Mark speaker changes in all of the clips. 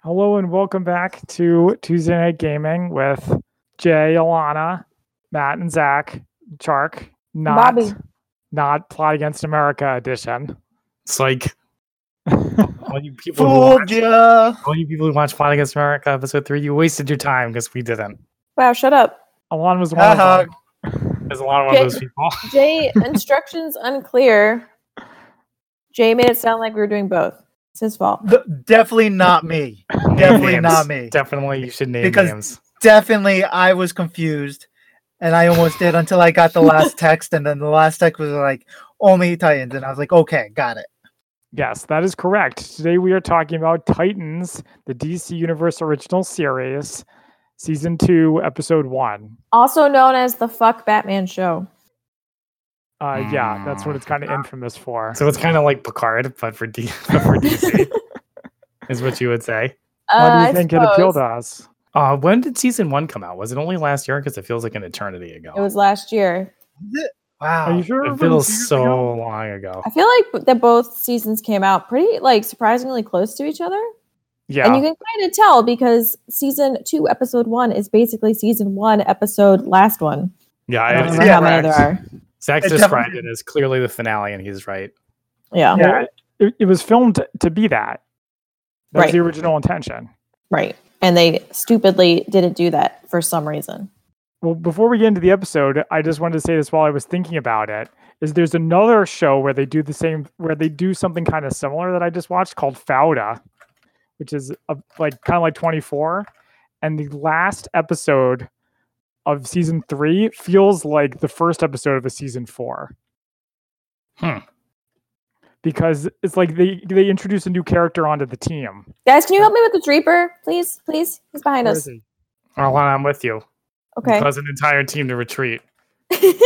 Speaker 1: Hello and welcome back to Tuesday Night Gaming with Jay, Alana, Matt, and Zach. Chark, not
Speaker 2: Bobby.
Speaker 1: not Plot Against America edition.
Speaker 3: It's like all you people who
Speaker 4: Fooled
Speaker 3: watch,
Speaker 4: ya.
Speaker 3: all you people who watch Plot Against America episode three, you wasted your time because we didn't.
Speaker 2: Wow, shut up.
Speaker 1: Alana was one of them.
Speaker 3: There's a lot of one of
Speaker 2: Okay.
Speaker 3: those people.
Speaker 2: Jay, instructions unclear. Jay made it sound like we were doing both. It's his fault.
Speaker 4: Th- definitely not me. Definitely
Speaker 3: Names.
Speaker 4: not me.
Speaker 3: Definitely you should name
Speaker 4: Because-
Speaker 3: names.
Speaker 4: Definitely, I was confused, and I almost did until I got the last text, and then the last text was like only Titans, and I was like, okay, got it.
Speaker 1: Yes, that is correct. Today we are talking about Titans, the DC Universe original series, season two, episode one.
Speaker 2: Also known as the Fuck Batman Show.
Speaker 1: Uh, Yeah, that's what it's kind of infamous for.
Speaker 3: So it's kind of like Picard, but for D but for DC is what you would say.
Speaker 1: Why do
Speaker 2: Uh,
Speaker 1: you
Speaker 2: I
Speaker 1: think it appealed
Speaker 2: suppose
Speaker 1: to us?
Speaker 3: Uh, when did season one come out? Was it only last year? Because it feels like an eternity ago.
Speaker 2: It was last year.
Speaker 1: Are
Speaker 4: Wow.
Speaker 1: you sure?
Speaker 3: It
Speaker 1: it was
Speaker 3: feels
Speaker 1: years
Speaker 3: so
Speaker 1: ago?
Speaker 3: long ago.
Speaker 2: I feel like that both seasons came out pretty like surprisingly close to each other.
Speaker 1: Yeah.
Speaker 2: And you can kind of tell because season two, episode one is basically season one, episode last one.
Speaker 3: Yeah,
Speaker 2: I don't
Speaker 3: I,
Speaker 2: remember
Speaker 4: yeah,
Speaker 2: how many there are.
Speaker 3: Zach
Speaker 4: It
Speaker 3: described it
Speaker 4: definitely-
Speaker 3: as clearly the finale, and he's right.
Speaker 2: Yeah.
Speaker 1: Yeah, it, it was filmed to be that. That was
Speaker 2: Right.
Speaker 1: the original intention.
Speaker 2: Right. And they stupidly didn't do that for some reason.
Speaker 1: Well, before we get into the episode, I just wanted to say this while I was thinking about it. Is there's another show where they do the same, where they do something kind of similar that I just watched called Fauda, which is a, like kind of like 24. And the last episode of season three feels like the first episode of a season four.
Speaker 3: Hmm.
Speaker 1: Because it's like they they introduce a new character onto the team.
Speaker 2: Guys, can you help me with the Dreeper? Please, please. He's behind
Speaker 1: Where
Speaker 2: us.
Speaker 1: is he?
Speaker 3: Arlana, I'm with you.
Speaker 2: Okay.
Speaker 3: Cause an entire team to retreat.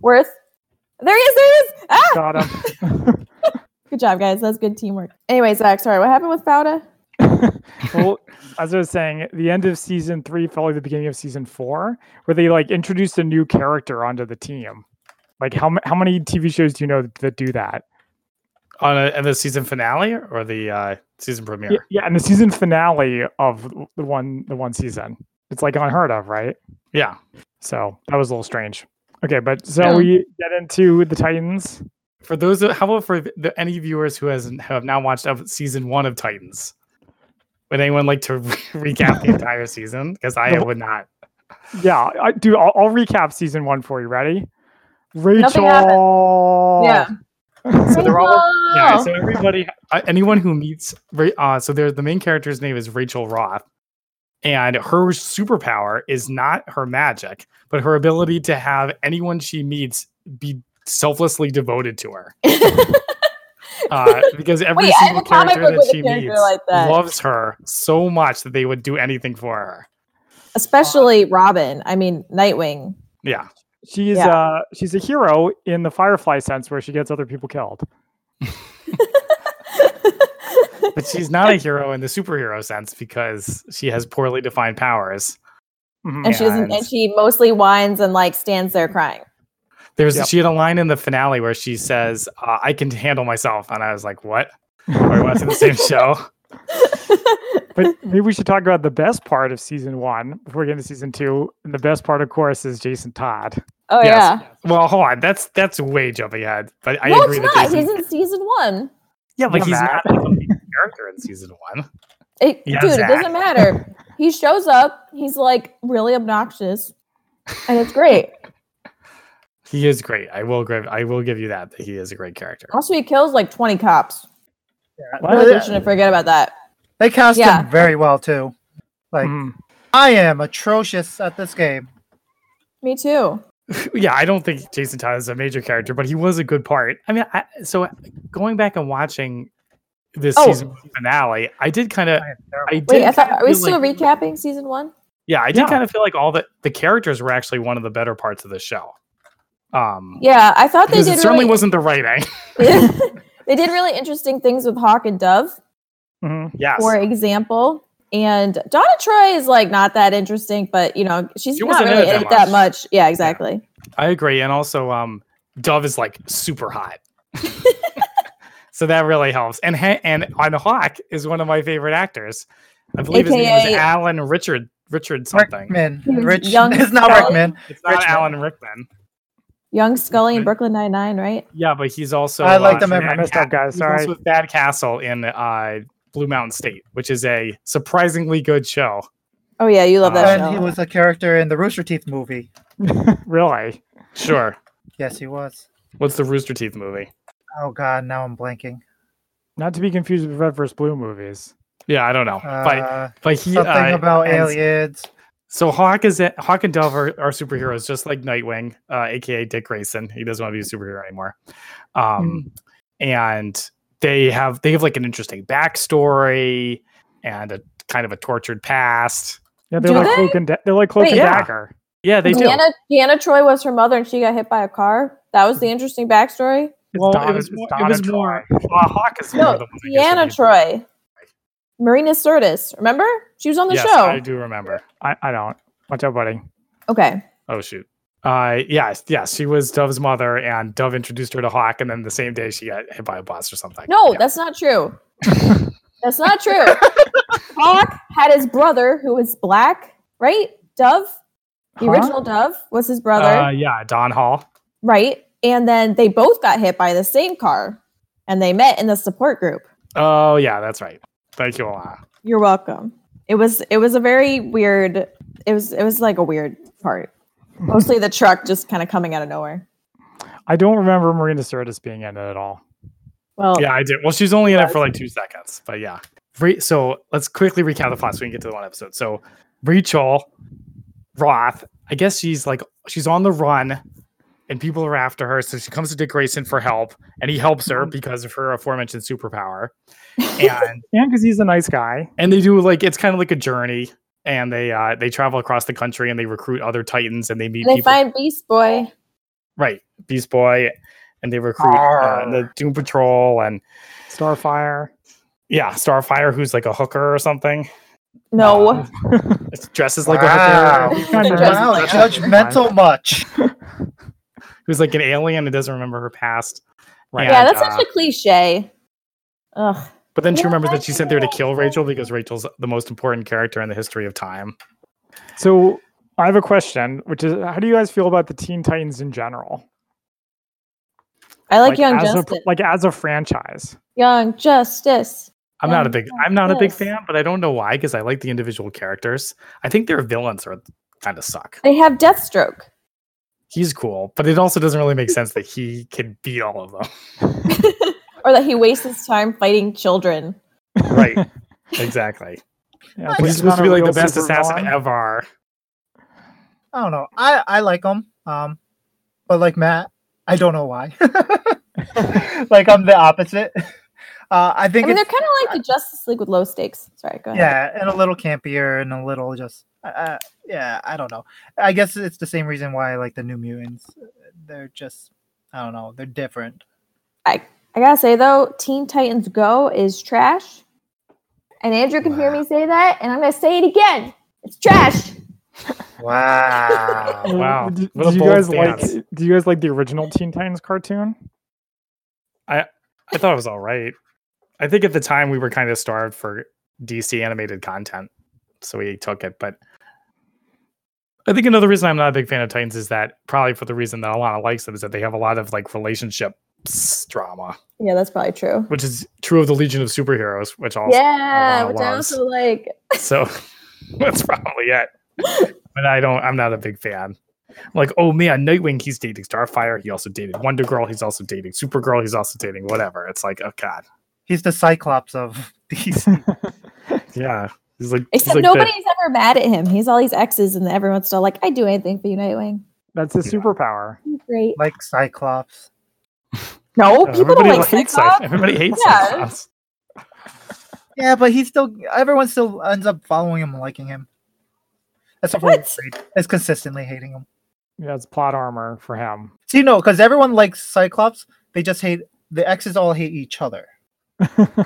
Speaker 2: Worth. There he is. There he is. Ah!
Speaker 1: Got him.
Speaker 2: Good job, guys. That's good teamwork. Anyway, Zach, sorry. What happened with Fauda?
Speaker 1: well, as I was saying, the end of season three felt like the beginning of season four, where they like introduced a new character onto the team. Like, how ma- how many TV shows do you know that do that?
Speaker 3: on a, and the season finale or the uh, season premiere.
Speaker 1: Yeah, yeah, and the season finale of w- the one the one season, it's like unheard of, right?
Speaker 3: Yeah.
Speaker 1: So that was a little strange. Okay, but so
Speaker 2: Yeah.
Speaker 1: we get into the Titans.
Speaker 3: For those, how about for the, any viewers who has have now watched up season one of Titans? Would anyone like to re- recap the entire season? Because I
Speaker 1: No.
Speaker 3: would not.
Speaker 1: Yeah, I do. I'll, I'll recap season one for you. Ready? Rachel.
Speaker 2: Nothing happened. Yeah.
Speaker 3: So they're all yeah.
Speaker 2: Rachel!
Speaker 3: So everybody, uh, anyone who meets, Ra- uh, so there's the main character's name is Rachel Roth, and her superpower is not her magic, but her ability to have anyone she meets be selflessly devoted to her. uh, because every
Speaker 2: Wait, I have
Speaker 3: single
Speaker 2: a comic book
Speaker 3: character that
Speaker 2: with
Speaker 3: she
Speaker 2: a character
Speaker 3: meets
Speaker 2: like that.
Speaker 3: loves her so much that they would do anything for her.
Speaker 2: Especially Robin. I mean, Nightwing.
Speaker 3: Yeah,
Speaker 1: She's
Speaker 2: Yeah.
Speaker 1: uh she's a hero in the Firefly sense where she gets other people killed.
Speaker 3: but she's not a hero in the superhero sense because she has poorly defined powers.
Speaker 1: Mhm.
Speaker 2: and, she doesn't,
Speaker 3: And-
Speaker 2: and she mostly whines and like stands there crying.
Speaker 3: There's
Speaker 1: Yep.
Speaker 3: she had a line in the finale where she says, uh, "I can handle myself," and I was like, "What?" Are we watching the same show?
Speaker 1: but maybe we should talk about the best part of season one before we get into season two. And the best part, of course, is Jason Todd.
Speaker 2: oh, yeah.
Speaker 3: Yes. Well, hold on, that's that's way jumping ahead. But I
Speaker 2: no,
Speaker 3: agree
Speaker 2: it's
Speaker 3: that
Speaker 2: not.
Speaker 3: Jason-
Speaker 2: He's in season one.
Speaker 3: yeah, like
Speaker 1: Yeah,
Speaker 3: he's
Speaker 1: Matt.
Speaker 3: not like, a main character in season one.
Speaker 2: It,
Speaker 3: Yeah,
Speaker 2: dude,
Speaker 3: Zach.
Speaker 2: it doesn't matter. He shows up. He's like really obnoxious, and it's great.
Speaker 3: He is great. I will give I will give you that that he is a great character.
Speaker 2: Also, he kills like twenty cops. I
Speaker 1: Well,
Speaker 2: really
Speaker 4: Yeah.
Speaker 2: shouldn't forget about that.
Speaker 4: They cast
Speaker 2: Yeah.
Speaker 4: him very well too. Like
Speaker 3: Mm-hmm.
Speaker 1: Mm.
Speaker 4: I am atrocious at this game.
Speaker 2: Me too.
Speaker 3: yeah, I don't think Jason Todd is a major character, but he was a good part. I mean, I, so going back and watching this
Speaker 2: Oh.
Speaker 3: season finale, I did kind of.
Speaker 4: I am
Speaker 3: I
Speaker 4: terrible.
Speaker 3: did
Speaker 2: Wait, I thought,
Speaker 3: kinda
Speaker 2: are we
Speaker 3: feel
Speaker 2: still
Speaker 3: like-
Speaker 2: recapping season one?
Speaker 3: Yeah, I did
Speaker 1: Yeah.
Speaker 3: kind of feel like all the the characters were actually one of the better parts of the show. Um,
Speaker 2: Yeah, I thought they
Speaker 3: because
Speaker 2: did
Speaker 3: it certainly
Speaker 2: really,
Speaker 3: wasn't the writing.
Speaker 2: they did really interesting things with Hawk and Dove,
Speaker 1: Mhm.
Speaker 3: yes,
Speaker 2: for example. And Donna Troy is like not that interesting, but you know she's
Speaker 3: She
Speaker 2: not
Speaker 3: wasn't in
Speaker 2: really
Speaker 3: it
Speaker 2: in
Speaker 3: that
Speaker 2: it that much. Yeah, exactly.
Speaker 3: I agree. And also, um, Dove is like super hot, so that really helps. And ha- and on Hawk is one of my favorite actors. I believe his name was
Speaker 2: AKA
Speaker 3: Alan Richard Richard something.
Speaker 4: Rickman.
Speaker 2: He was
Speaker 4: Rich.
Speaker 2: young
Speaker 4: it's not
Speaker 2: Scully.
Speaker 4: Rickman.
Speaker 3: It's not
Speaker 4: Richman.
Speaker 3: Alan Rickman.
Speaker 2: Young Scully in
Speaker 3: Right.
Speaker 2: Brooklyn Nine Nine, right?
Speaker 3: Yeah, but he's also
Speaker 4: I like
Speaker 3: uh,
Speaker 4: the memory.
Speaker 1: I
Speaker 3: Thad
Speaker 1: messed up,
Speaker 3: Ca-
Speaker 1: guys.
Speaker 3: he's
Speaker 1: Sorry.
Speaker 3: also Thad Castle in uh, Blue Mountain State, which is a surprisingly good show.
Speaker 2: Oh yeah, you
Speaker 3: Uh,
Speaker 2: love that
Speaker 4: And he
Speaker 2: show.
Speaker 4: was a character in the Rooster Teeth movie.
Speaker 1: really?
Speaker 3: Sure.
Speaker 4: Yes, he was.
Speaker 3: What's the Rooster Teeth movie?
Speaker 4: Oh God, now I'm blanking.
Speaker 1: Not to be confused with Red vs. Blue movies.
Speaker 3: Yeah, I don't know. but
Speaker 4: Uh,
Speaker 3: but he
Speaker 4: something
Speaker 3: uh,
Speaker 4: about
Speaker 3: and-
Speaker 4: aliens.
Speaker 3: So Hawk is a- Hawk and Dove are, are superheroes, just like Nightwing, uh, aka Dick Grayson. He doesn't want to be a superhero anymore. Um,
Speaker 4: Hmm.
Speaker 3: and they have they have like an interesting backstory and a kind of a tortured past.
Speaker 1: Yeah, they're
Speaker 2: Do
Speaker 1: like
Speaker 2: they?
Speaker 1: cloak and da- they're like cloak
Speaker 2: Wait,
Speaker 1: and
Speaker 3: yeah.
Speaker 1: dagger.
Speaker 3: Yeah, they do.
Speaker 2: Deanna, Deanna Troy was her mother, and she got hit by a car. That was the interesting backstory.
Speaker 1: It's
Speaker 3: Well,
Speaker 1: Donna-
Speaker 3: it was
Speaker 1: it's
Speaker 3: more. It
Speaker 1: Donna
Speaker 3: was
Speaker 1: Troy.
Speaker 3: more uh, Hawk is more
Speaker 2: No,
Speaker 3: the one that gets
Speaker 2: Deanna
Speaker 3: abused.
Speaker 2: Troy, Marina Sirtis. Remember, she was on the
Speaker 3: Yes,
Speaker 2: show.
Speaker 3: I do remember.
Speaker 1: I, I don't. Watch out, buddy.
Speaker 2: Okay,
Speaker 3: Oh shoot. Uh, yes, yes, she was Dove's mother, and Dove introduced her to Hawk, and then the same day she got hit by a bus or something.
Speaker 2: no,
Speaker 3: Yeah.
Speaker 2: that's not true. that's not true. Hawk had his brother who was black, right? Dove, the
Speaker 1: Huh?
Speaker 2: original Dove, was his brother.
Speaker 3: Uh, yeah, Don Hall.
Speaker 2: Right. And then they both got hit by the same car and they met in the support group.
Speaker 3: Oh yeah, that's right. Thank you, Alana.
Speaker 2: You're welcome. It was it was a very weird it was it was like a weird part. Mostly the truck just kind of coming out of nowhere.
Speaker 1: I don't remember Marina Sirtis being in it at all.
Speaker 2: Well,
Speaker 3: Yeah, I did. Well, she's only in it for like two seconds, but yeah. Re- so let's quickly recap the plot so we can get to the one episode. So Rachel Roth, I guess she's like she's on the run, and people are after her. So she comes to Dick Grayson for help, and he helps
Speaker 2: Mm-hmm.
Speaker 3: her because of her aforementioned superpower. And
Speaker 1: And because he's a nice guy.
Speaker 3: and they do like it's kind of like a journey, and they uh they travel across the country and they recruit other Titans and they meet
Speaker 2: and they
Speaker 3: people
Speaker 2: find Beast Boy.
Speaker 3: right Beast Boy, and they recruit uh, the Doom Patrol and
Speaker 1: Starfire.
Speaker 3: yeah, Starfire, who's like a hooker or something,
Speaker 2: No.
Speaker 3: Um, dresses like
Speaker 4: wow.
Speaker 3: a hooker,
Speaker 1: Kind of
Speaker 4: Wow,
Speaker 1: nice.
Speaker 4: judgmental much.
Speaker 3: who's like an alien and doesn't remember her past. Right.
Speaker 2: yeah, that's
Speaker 3: uh,
Speaker 2: such a cliche. Ugh.
Speaker 3: But then she
Speaker 2: Yeah,
Speaker 3: remembers
Speaker 2: I
Speaker 3: that she's sent there to
Speaker 2: think
Speaker 3: kill
Speaker 2: that's-
Speaker 3: Rachel because Rachel's the most important character in the history of time.
Speaker 1: So I have a question, which is how do you guys feel about the Teen Titans in general?
Speaker 2: I like, Young
Speaker 1: as a,
Speaker 2: Justice.
Speaker 1: like as a franchise.
Speaker 2: Young Justice.
Speaker 3: I'm not a big I'm not a big
Speaker 2: Yes.
Speaker 3: fan, but I don't know why because I like the individual characters. I think their villains are kind of suck.
Speaker 2: They have Deathstroke.
Speaker 3: He's cool, but it also doesn't really make sense that he can beat all of them.
Speaker 2: or that he wastes his time fighting children.
Speaker 3: Right. exactly.
Speaker 1: Yeah,
Speaker 2: Well,
Speaker 1: so
Speaker 3: But he's
Speaker 1: it's
Speaker 3: supposed
Speaker 1: not
Speaker 3: to
Speaker 1: a
Speaker 3: be like the
Speaker 1: real
Speaker 3: best assassin
Speaker 1: supervillain.
Speaker 3: ever.
Speaker 4: I don't know. I I like him. Um, but like Matt, I don't know why. like I'm the opposite. Uh, I
Speaker 2: I,
Speaker 4: think
Speaker 2: mean, they're
Speaker 4: it's,
Speaker 2: kind of like the Justice League with low stakes. Sorry, go ahead.
Speaker 4: yeah, and a little campier and a little just uh, yeah. I don't know. I guess it's the same reason why I like the New Mutants. They're just I don't know. They're different.
Speaker 2: I gotta say though, Teen Titans Go is trash. And Andrew can hear
Speaker 3: Wow.
Speaker 2: me say that, and I'm gonna say it again. It's trash.
Speaker 4: Wow.
Speaker 3: Wow.
Speaker 1: Do,
Speaker 3: What a
Speaker 1: do you
Speaker 3: bold
Speaker 1: guys
Speaker 3: stance.
Speaker 1: like do you guys like the original Teen Titans cartoon?
Speaker 3: I thought it was all right. I think at the time we were kind of starved for DC animated content, so we took it. But I think another reason I'm not a big fan of Titans is that probably for the reason that Alana likes them is that they have a lot of like relationship s- drama,
Speaker 2: Yeah, that's probably true.
Speaker 3: which is true of the Legion of Superheroes, which also
Speaker 2: yeah,
Speaker 3: wow,
Speaker 2: but down
Speaker 3: Lars.
Speaker 2: to like
Speaker 3: so that's probably it. But I don't. I'm not a big fan. Like, oh man, Nightwing. He's dating Starfire. He also dated Wonder Girl. He's also dating Supergirl. He's also dating whatever. It's like, oh god,
Speaker 4: He's the Cyclops of these.
Speaker 3: yeah. He's like, he's
Speaker 2: except
Speaker 3: like the-
Speaker 2: nobody's ever mad at him. He's all these exes, and everyone's still like, I do anything for you, Nightwing.
Speaker 1: That's his
Speaker 3: Yeah.
Speaker 1: superpower.
Speaker 2: You're Great.
Speaker 4: like Cyclops.
Speaker 2: No,
Speaker 3: Uh,
Speaker 2: people don't like Cyclops.
Speaker 3: hates Cyclops. Everybody hates
Speaker 2: Yeah.
Speaker 3: Cyclops.
Speaker 4: Yeah, but he still everyone still ends up following him and liking him. That's for
Speaker 2: What?
Speaker 4: Wolverine. It's consistently hating him.
Speaker 1: Yeah, it's plot armor for him.
Speaker 4: See, no, because everyone likes Cyclops. They just hate the exes. All hate each other.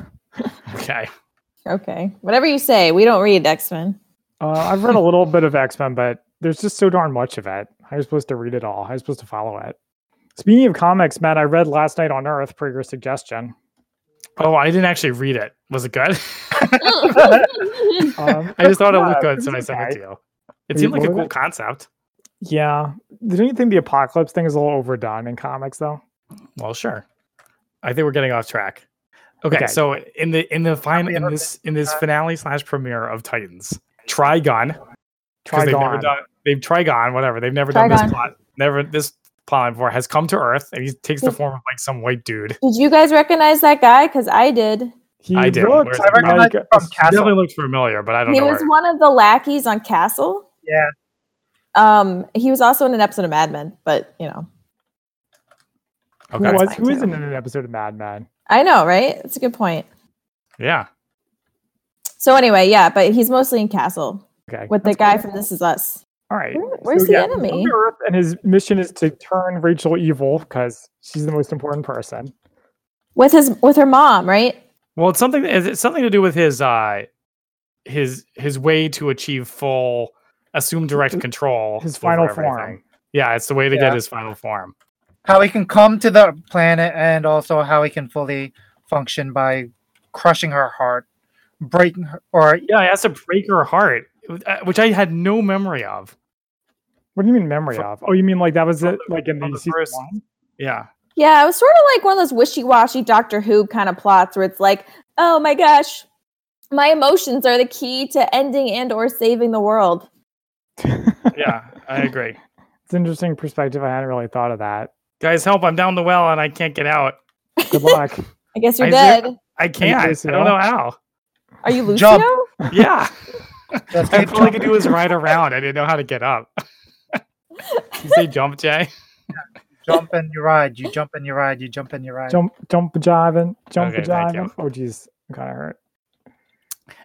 Speaker 3: Okay.
Speaker 2: Okay, whatever you say, we don't read X Men.
Speaker 1: Uh, I've read a little bit of X Men, but there's just so darn much of it. How are you supposed to read it all? How are you supposed to follow it? Speaking of comics, Matt, I read Last Night on Earth per your suggestion.
Speaker 3: Oh, I didn't actually read it. Was it good?
Speaker 1: Um,
Speaker 3: I just thought it
Speaker 1: yeah,
Speaker 3: looked good,
Speaker 1: it's
Speaker 3: so I sent
Speaker 1: okay.
Speaker 3: it to you. It
Speaker 1: Are
Speaker 3: seemed
Speaker 1: you
Speaker 3: like a
Speaker 1: cool with
Speaker 3: cool
Speaker 1: it?
Speaker 3: concept.
Speaker 1: Yeah. Don't you think the apocalypse thing is a little overdone in comics, though?
Speaker 3: Well, sure. I think we're getting off track. Okay,
Speaker 1: Okay.
Speaker 3: so in the in the final in
Speaker 4: heard
Speaker 3: this in this finale slash premiere of Titans, Trigon. 'cause They've never
Speaker 1: Trigon.
Speaker 3: done they've Trigon, whatever. They've never done
Speaker 2: Trigon.
Speaker 3: this plot. Never this plot before has come to Earth and he takes the
Speaker 2: Did-
Speaker 3: form of like some white dude.
Speaker 2: Did you guys recognize that guy? Because I did.
Speaker 1: He
Speaker 3: I did.
Speaker 1: looked
Speaker 3: Where's
Speaker 4: I
Speaker 3: Trigon?
Speaker 1: like
Speaker 4: recognize it from
Speaker 3: Definitely
Speaker 4: Castle.
Speaker 3: looks familiar, but I don't
Speaker 2: He
Speaker 3: know.
Speaker 2: was
Speaker 3: where.
Speaker 2: one of the lackeys on Castle.
Speaker 4: Yeah,
Speaker 2: Um, he was also in an episode of Mad Men, but you know,
Speaker 1: who
Speaker 3: okay.
Speaker 1: was
Speaker 2: fine,
Speaker 1: who
Speaker 2: too.
Speaker 1: isn't in an episode of Mad Men.
Speaker 2: I know, right? It's a good point.
Speaker 3: Yeah.
Speaker 2: So anyway, yeah, but he's mostly in Castle
Speaker 1: Okay.
Speaker 2: with the
Speaker 1: that's
Speaker 2: guy
Speaker 1: cool.
Speaker 2: from This Is Us.
Speaker 1: All right.
Speaker 2: Where- where's the
Speaker 1: he's
Speaker 2: enemy?
Speaker 1: come to Earth and his mission is to turn Rachel evil because she's the most important person.
Speaker 2: With his with her mom, right?
Speaker 3: Well, it's something. It's something to do with his uh, his his way to achieve full, assume direct
Speaker 1: His-
Speaker 3: control.
Speaker 1: his
Speaker 3: over
Speaker 1: final form.
Speaker 3: everything. Yeah, it's the way to
Speaker 4: Yeah.
Speaker 3: get his final form.
Speaker 4: how he can come to the planet and also how he can fully function by crushing her heart, breaking her, or
Speaker 3: Yeah, it has to break her heart, uh, which I had no memory of.
Speaker 1: What do you mean memory
Speaker 3: From-
Speaker 1: of? Oh, you mean like that was
Speaker 3: from
Speaker 1: it?
Speaker 3: the-
Speaker 1: Like in
Speaker 3: from
Speaker 1: the
Speaker 3: the
Speaker 1: season
Speaker 3: first-
Speaker 1: one?
Speaker 3: Yeah,
Speaker 2: Yeah, it was sort of like one of those wishy-washy Doctor Who kind of plots where it's like, oh my gosh, my emotions are the key to ending and or saving the world.
Speaker 3: yeah, I agree.
Speaker 1: It's an interesting perspective. I hadn't really thought of that.
Speaker 3: Guys, help! I'm down the well and I can't get out.
Speaker 1: Good luck.
Speaker 2: I guess you're
Speaker 3: I
Speaker 2: dead.
Speaker 3: I can't. I
Speaker 1: Lucio?
Speaker 3: don't know how.
Speaker 2: Are you Lucio?
Speaker 4: Jump.
Speaker 3: Yeah,
Speaker 4: that's
Speaker 3: I all I could do was ride around. I didn't know how to get up. you say jump, Jay?
Speaker 4: jump and you ride, you jump and you ride, you jump and you ride.
Speaker 1: jump, jump, jiving, jump,
Speaker 3: Okay, thank you.
Speaker 1: jiving. Oh, geez, I'm kind of hurt.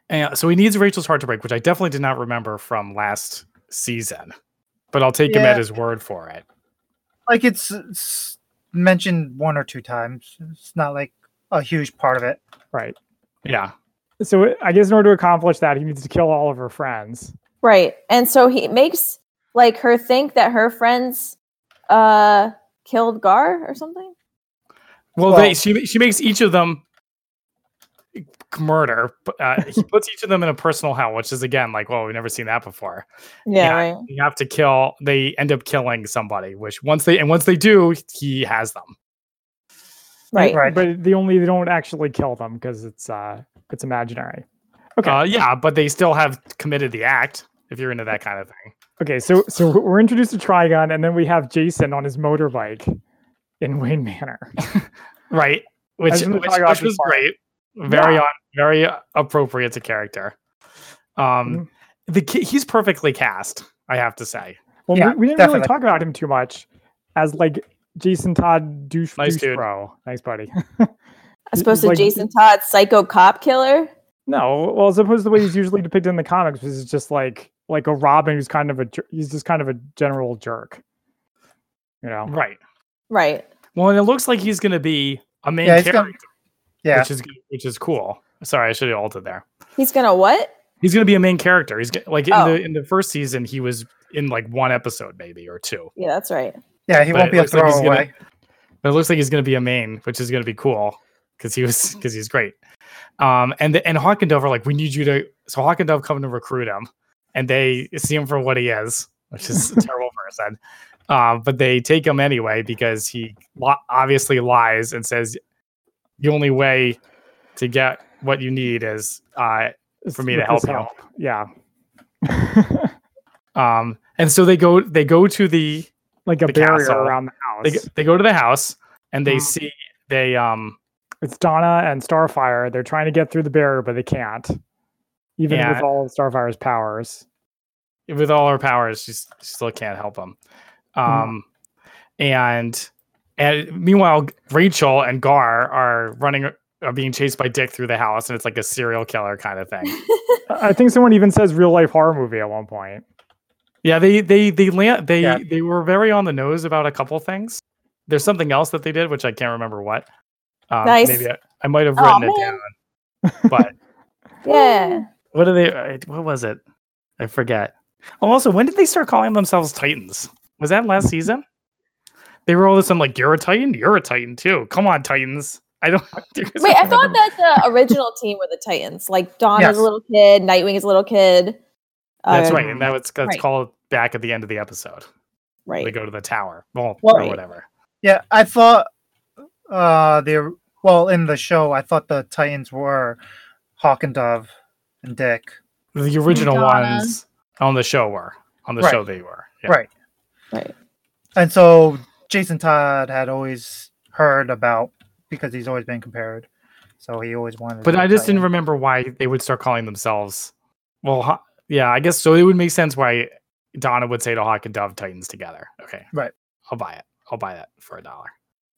Speaker 3: And so he needs Rachel's heart to break, which I definitely did not remember from last season, but I'll take him
Speaker 4: Yeah.
Speaker 3: at his word for it.
Speaker 4: Like it's, it's mentioned one or two times. It's not like a huge part of it.
Speaker 1: Right.
Speaker 3: Yeah.
Speaker 1: So it- I guess in order to accomplish that, he needs to kill all of her friends.
Speaker 2: Right. And so he makes like her think that her friends uh killed Gar or something.
Speaker 3: Well, they,
Speaker 4: Well-
Speaker 3: she she makes each of them murder. but, Uh, he puts each of them in a personal hell, which is again like, well, we've never seen that before. Yeah.
Speaker 2: right.
Speaker 3: You have to kill. They end up killing somebody, which once they and once they do, he has them.
Speaker 2: Right.
Speaker 4: Right.
Speaker 1: But the only they don't actually kill them because it's uh it's imaginary. Okay.
Speaker 3: Uh, yeah, but they still have committed the act. If you're into that kind of thing,
Speaker 1: Okay. So so we're introduced to Trigon, and then we have Jason on his motorbike in Wayne Manor.
Speaker 3: right? Which
Speaker 1: was
Speaker 3: which,
Speaker 1: gonna
Speaker 3: which,
Speaker 1: talk about this
Speaker 3: was
Speaker 1: part.
Speaker 3: great. Very
Speaker 1: Yeah.
Speaker 3: on, very appropriate to character. Um,
Speaker 4: Mm-hmm.
Speaker 3: the ki- he's perfectly cast. I have to say.
Speaker 1: Well,
Speaker 4: Yeah,
Speaker 1: we, we didn't really
Speaker 4: definitely.
Speaker 1: talk about him too much as like Jason Todd douche,
Speaker 3: Nice
Speaker 1: douche
Speaker 3: dude.
Speaker 1: bro. Nice buddy.
Speaker 2: As opposed to
Speaker 1: Like-
Speaker 2: Jason Todd's psycho cop killer.
Speaker 1: No, well, as opposed to the way he's usually depicted in the comics, which is just like like a Robin who's kind of a jer- he's just kind of a general jerk. You
Speaker 4: Oh.
Speaker 1: know,
Speaker 3: Right.
Speaker 2: Right.
Speaker 3: Well, and it looks like he's going to be a main
Speaker 4: Yeah, he's
Speaker 3: character,
Speaker 4: gonna- Yeah,
Speaker 3: which is good- which is cool. Sorry, I should have altered there.
Speaker 2: He's gonna what?
Speaker 3: He's going to be a main character. He's g- like in
Speaker 2: Oh.
Speaker 3: the in the first season, he was in like one episode maybe or two.
Speaker 2: Yeah, that's right.
Speaker 4: yeah, he
Speaker 3: but
Speaker 4: won't
Speaker 3: it
Speaker 4: be a
Speaker 3: looks like he's
Speaker 4: throwaway.
Speaker 3: gonna- But it looks like he's going to be a main, which is going to be cool because he was because he's great. Um, and the, and Hawk and Dove are like, we need you to. So Hawk and Dove come to recruit him, and they see him for what he is, which is a terrible person. Um, but they take him anyway because he lo- obviously lies and says the only way to get what you need is uh, For me to
Speaker 1: with his
Speaker 3: help
Speaker 1: Yeah,
Speaker 3: um, and so they go they go to the
Speaker 1: like a
Speaker 3: The
Speaker 1: barrier
Speaker 3: castle.
Speaker 1: around the
Speaker 3: they,
Speaker 1: house.
Speaker 3: go- they go to the house and they
Speaker 1: Mhm.
Speaker 3: see they um
Speaker 1: it's Donna and Starfire. They're trying to get through the barrier, but they can't, even
Speaker 3: Yeah.
Speaker 1: with all of Starfire's powers.
Speaker 3: with all her powers, she, s- she still can't help him. Um, and and meanwhile, Rachel and Gar are running are being chased by Dick through the house, and it's like a serial killer kind of thing.
Speaker 1: I I think someone even says real life horror movie at one point.
Speaker 3: yeah, they they they land they
Speaker 4: Yeah.
Speaker 3: they were very on the nose about a couple things. There's something else that they did, which I can't remember what. Um,
Speaker 2: Nice.
Speaker 3: Maybe I, I might have
Speaker 2: Aw,
Speaker 3: written it
Speaker 2: man.
Speaker 3: down. But
Speaker 2: Yeah.
Speaker 3: what are they? I- What was it? I forget. Oh, also, when did they start calling themselves Titans? Was that last season? They were all of a sudden like, "You're a Titan. You're a Titan too. Come on, Titans." I don't.
Speaker 2: Wait, I thought that the original team were the Titans. Like Dawn
Speaker 4: Yes.
Speaker 2: is a little kid, Nightwing is a little kid.
Speaker 3: That's
Speaker 2: Uh,
Speaker 3: right, and that was that's
Speaker 2: Right.
Speaker 3: called back at the end of the episode. They
Speaker 2: Right.
Speaker 3: go to the tower, well,
Speaker 4: Well-
Speaker 3: or whatever.
Speaker 4: Yeah, I thought uh the well in the show I thought the Titans were Hawk and Dove and Dick.
Speaker 3: The original
Speaker 2: Madonna.
Speaker 3: ones on the show were on the
Speaker 4: Right.
Speaker 3: show they were Yeah.
Speaker 4: Right.
Speaker 2: Right.
Speaker 4: And so Jason Todd had always heard about because he's always been compared. So he always wanted
Speaker 3: But
Speaker 4: to be
Speaker 3: I
Speaker 4: a
Speaker 3: just didn't
Speaker 4: Titan.
Speaker 3: remember why they would start calling themselves. Well, Ho- yeah, I guess so. It would make sense why Donna would say to Hawk and Dove Titans together. Okay,
Speaker 4: Right.
Speaker 3: I'll buy it. I'll buy that for a dollar.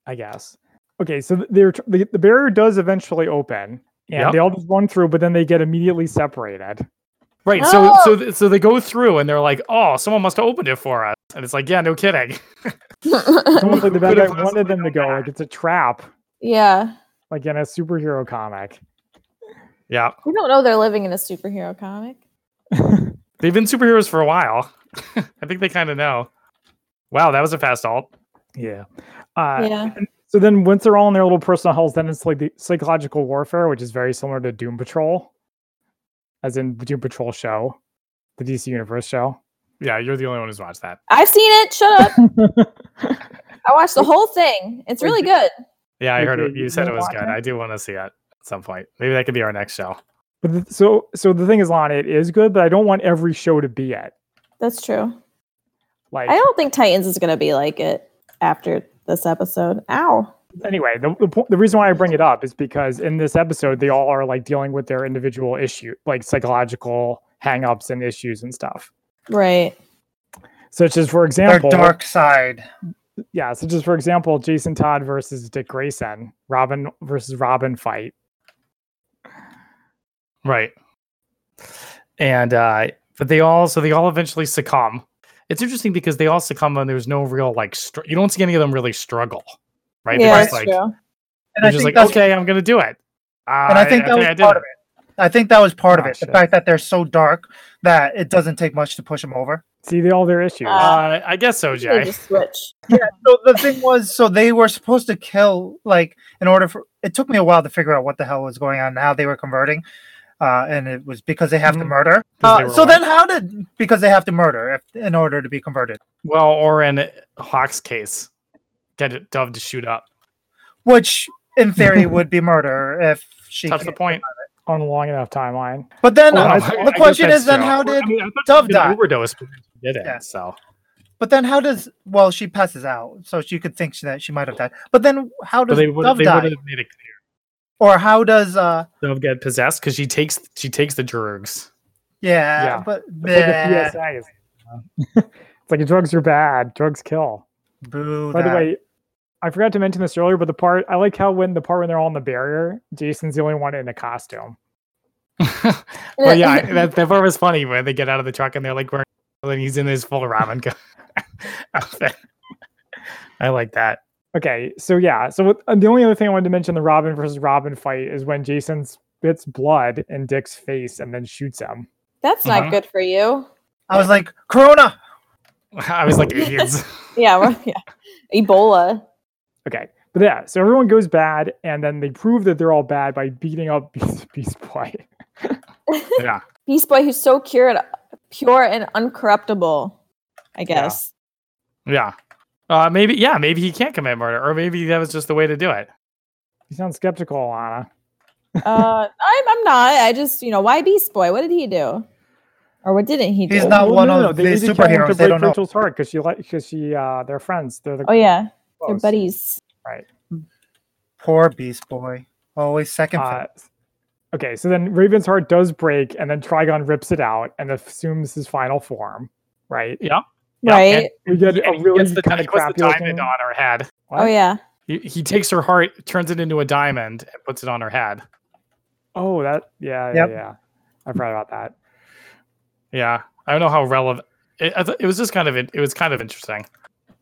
Speaker 1: I guess. Okay, so th- they're tr- the, the barrier does eventually open, and
Speaker 3: Yep.
Speaker 1: they all just run through, but then they get immediately separated.
Speaker 3: Right. So so
Speaker 2: Oh!
Speaker 3: th- so they go through and they're like, oh, someone must have opened it for us, and it's like, yeah, no kidding.
Speaker 1: Almost like the
Speaker 3: Who
Speaker 1: bad
Speaker 3: could
Speaker 1: guy
Speaker 3: have
Speaker 1: wanted
Speaker 3: possibly
Speaker 1: them to
Speaker 3: done
Speaker 1: go.
Speaker 3: that?
Speaker 1: Like it's a trap,
Speaker 2: yeah.
Speaker 1: like in a superhero comic.
Speaker 3: yeah,
Speaker 2: We don't know they're living in a superhero comic.
Speaker 3: they've been superheroes for a while. I think they kind of know. Wow, that was a fast alt.
Speaker 1: Yeah. Uh,
Speaker 2: yeah.
Speaker 1: So then, once they're all in their little personal hells, then it's like the psychological warfare, which is very similar to Doom Patrol, as in the Doom Patrol show, the DC Universe show.
Speaker 3: Yeah, you're the only one who's watched that.
Speaker 2: I've seen it. Shut up. I watched the whole thing. It's really good.
Speaker 3: Yeah, I
Speaker 1: Like,
Speaker 3: heard
Speaker 1: uh,
Speaker 3: it. You
Speaker 1: you
Speaker 3: said it
Speaker 1: wanna
Speaker 3: was
Speaker 1: watch
Speaker 3: good.
Speaker 1: it?
Speaker 3: I do want to see it at some point. Maybe that could be our next show.
Speaker 1: But th- so so the thing is, Lon, it is good, but I don't want every show to be it.
Speaker 2: That's true.
Speaker 1: Like
Speaker 2: I don't think Titans is going to be like it after this episode. Ow.
Speaker 1: anyway, the the, po- the reason why I bring it up is because in this episode, they all are like dealing with their individual issue, like psychological hangups and issues and stuff.
Speaker 2: Right.
Speaker 1: Such as, for
Speaker 4: their
Speaker 1: example,
Speaker 4: dark side.
Speaker 1: yeah. Such as, for example, Jason Todd versus Dick Grayson, Robin versus Robin fight.
Speaker 3: Right. And uh but they all so they all eventually succumb. It's interesting because they all succumb and there's no real like str- you don't see any of them really struggle. Right?
Speaker 2: Yeah,
Speaker 3: they're
Speaker 2: that's
Speaker 3: just like,
Speaker 2: true.
Speaker 4: And
Speaker 3: they're
Speaker 4: I
Speaker 3: just
Speaker 4: think
Speaker 3: like
Speaker 4: that's
Speaker 3: okay, I'm going to do it. Uh,
Speaker 4: and I think that was part of it. I think that was part of
Speaker 1: Ah,
Speaker 4: it. The
Speaker 1: shit.
Speaker 4: fact that they're so dark that it doesn't take much to push them over.
Speaker 1: See the, all their issues.
Speaker 2: Uh,
Speaker 3: Uh, I guess so,
Speaker 2: They
Speaker 3: Jay.
Speaker 2: just switch.
Speaker 4: so the thing was, so they were supposed to kill, like, in order for it took me a while to figure out what the hell was going on, and how they were converting, uh, and it was because they have
Speaker 1: Mhm.
Speaker 4: to murder.
Speaker 3: 'Cause they
Speaker 4: Uh,
Speaker 3: were
Speaker 4: so
Speaker 3: what?
Speaker 4: then, how did because they have to murder if, in order to be converted?
Speaker 3: well, or in Hawk's case, get it, Dove to shoot up.
Speaker 4: Which in theory would be murder if she.
Speaker 3: That's the
Speaker 4: can't-
Speaker 3: point.
Speaker 1: on a long enough timeline.
Speaker 4: But then uh,
Speaker 1: Oh,
Speaker 3: I-
Speaker 1: I-
Speaker 4: the
Speaker 3: I guess
Speaker 4: question
Speaker 3: that's
Speaker 4: is, then
Speaker 3: true.
Speaker 4: how
Speaker 3: Or-
Speaker 4: did?
Speaker 3: I mean, I thought she
Speaker 4: Dove
Speaker 3: did an
Speaker 4: die?
Speaker 3: overdose? but she Didn't
Speaker 4: Yeah.
Speaker 3: so.
Speaker 4: But then how does? Well, she passes out, so she could think that she might have died. But then how
Speaker 3: But
Speaker 4: does
Speaker 3: they would
Speaker 4: Dove
Speaker 3: they would
Speaker 4: die?
Speaker 3: have made it clear.
Speaker 4: Or how does? uh
Speaker 3: Dove get possessed because she takes she takes the drugs.
Speaker 4: Yeah,
Speaker 1: Yeah.
Speaker 4: but
Speaker 1: It's like a
Speaker 4: bleh,
Speaker 1: PSA is- it's like drugs are bad, drugs kill.
Speaker 4: boo.
Speaker 1: By the
Speaker 4: that.
Speaker 1: way, I forgot to mention this earlier, but the part I like how when the part when they're all in the barrier, Jason's the only one in a costume.
Speaker 3: well, yeah, I- that, that part was funny when they get out of the truck and they're like, wearing, and he's in his full ramen co- outfit. I like that.
Speaker 1: Okay, so yeah, so with- uh, the only other thing I wanted to mention the Robin versus Robin fight is when Jason spits blood in Dick's face and then shoots him.
Speaker 2: That's
Speaker 3: Uh-huh.
Speaker 2: not good for you.
Speaker 4: I was like, Corona.
Speaker 3: I was like, idiots.
Speaker 2: Yeah. Well, yeah. Ebola.
Speaker 1: Okay, but yeah, so everyone goes bad, and then they prove that they're all bad by beating up Beast, Beast Boy.
Speaker 3: yeah.
Speaker 2: Beast Boy, who's so pure and, pure and uncorruptible, I guess.
Speaker 3: Yeah. Uh, maybe, yeah, maybe he can't commit murder, or maybe that was just the way to do it.
Speaker 1: You sound skeptical, Alana.
Speaker 2: uh, I'm, I'm not. I just, you know, why Beast Boy? What did he do? Or what didn't he do?
Speaker 4: He's not one of
Speaker 1: they
Speaker 4: the
Speaker 1: need to kill him to
Speaker 4: superheroes, they
Speaker 1: break
Speaker 4: don't know.
Speaker 1: Rachel's heart because she like because she uh, they're friends. They're the
Speaker 2: oh, yeah. They're
Speaker 1: close.
Speaker 2: buddies.
Speaker 4: Poor Beast Boy. Always second.
Speaker 1: Uh, okay, so then Raven's heart does break, and then Trigon rips it out and assumes his final form. Right?
Speaker 3: Yeah,
Speaker 2: right?
Speaker 3: and-
Speaker 1: We get
Speaker 3: and
Speaker 1: a
Speaker 3: he
Speaker 1: really
Speaker 3: gets the,
Speaker 1: kind of
Speaker 3: what's
Speaker 1: crappy
Speaker 3: the diamond
Speaker 1: looking.
Speaker 3: on her head.
Speaker 2: oh, yeah.
Speaker 3: He, he takes her heart, turns it into a diamond, and puts it on her head.
Speaker 1: Oh, that yeah
Speaker 4: Yep.
Speaker 1: yeah yeah. I forgot about that.
Speaker 3: Yeah. I don't know how relevant. It, I th- it was just kind of it, it was kind of interesting.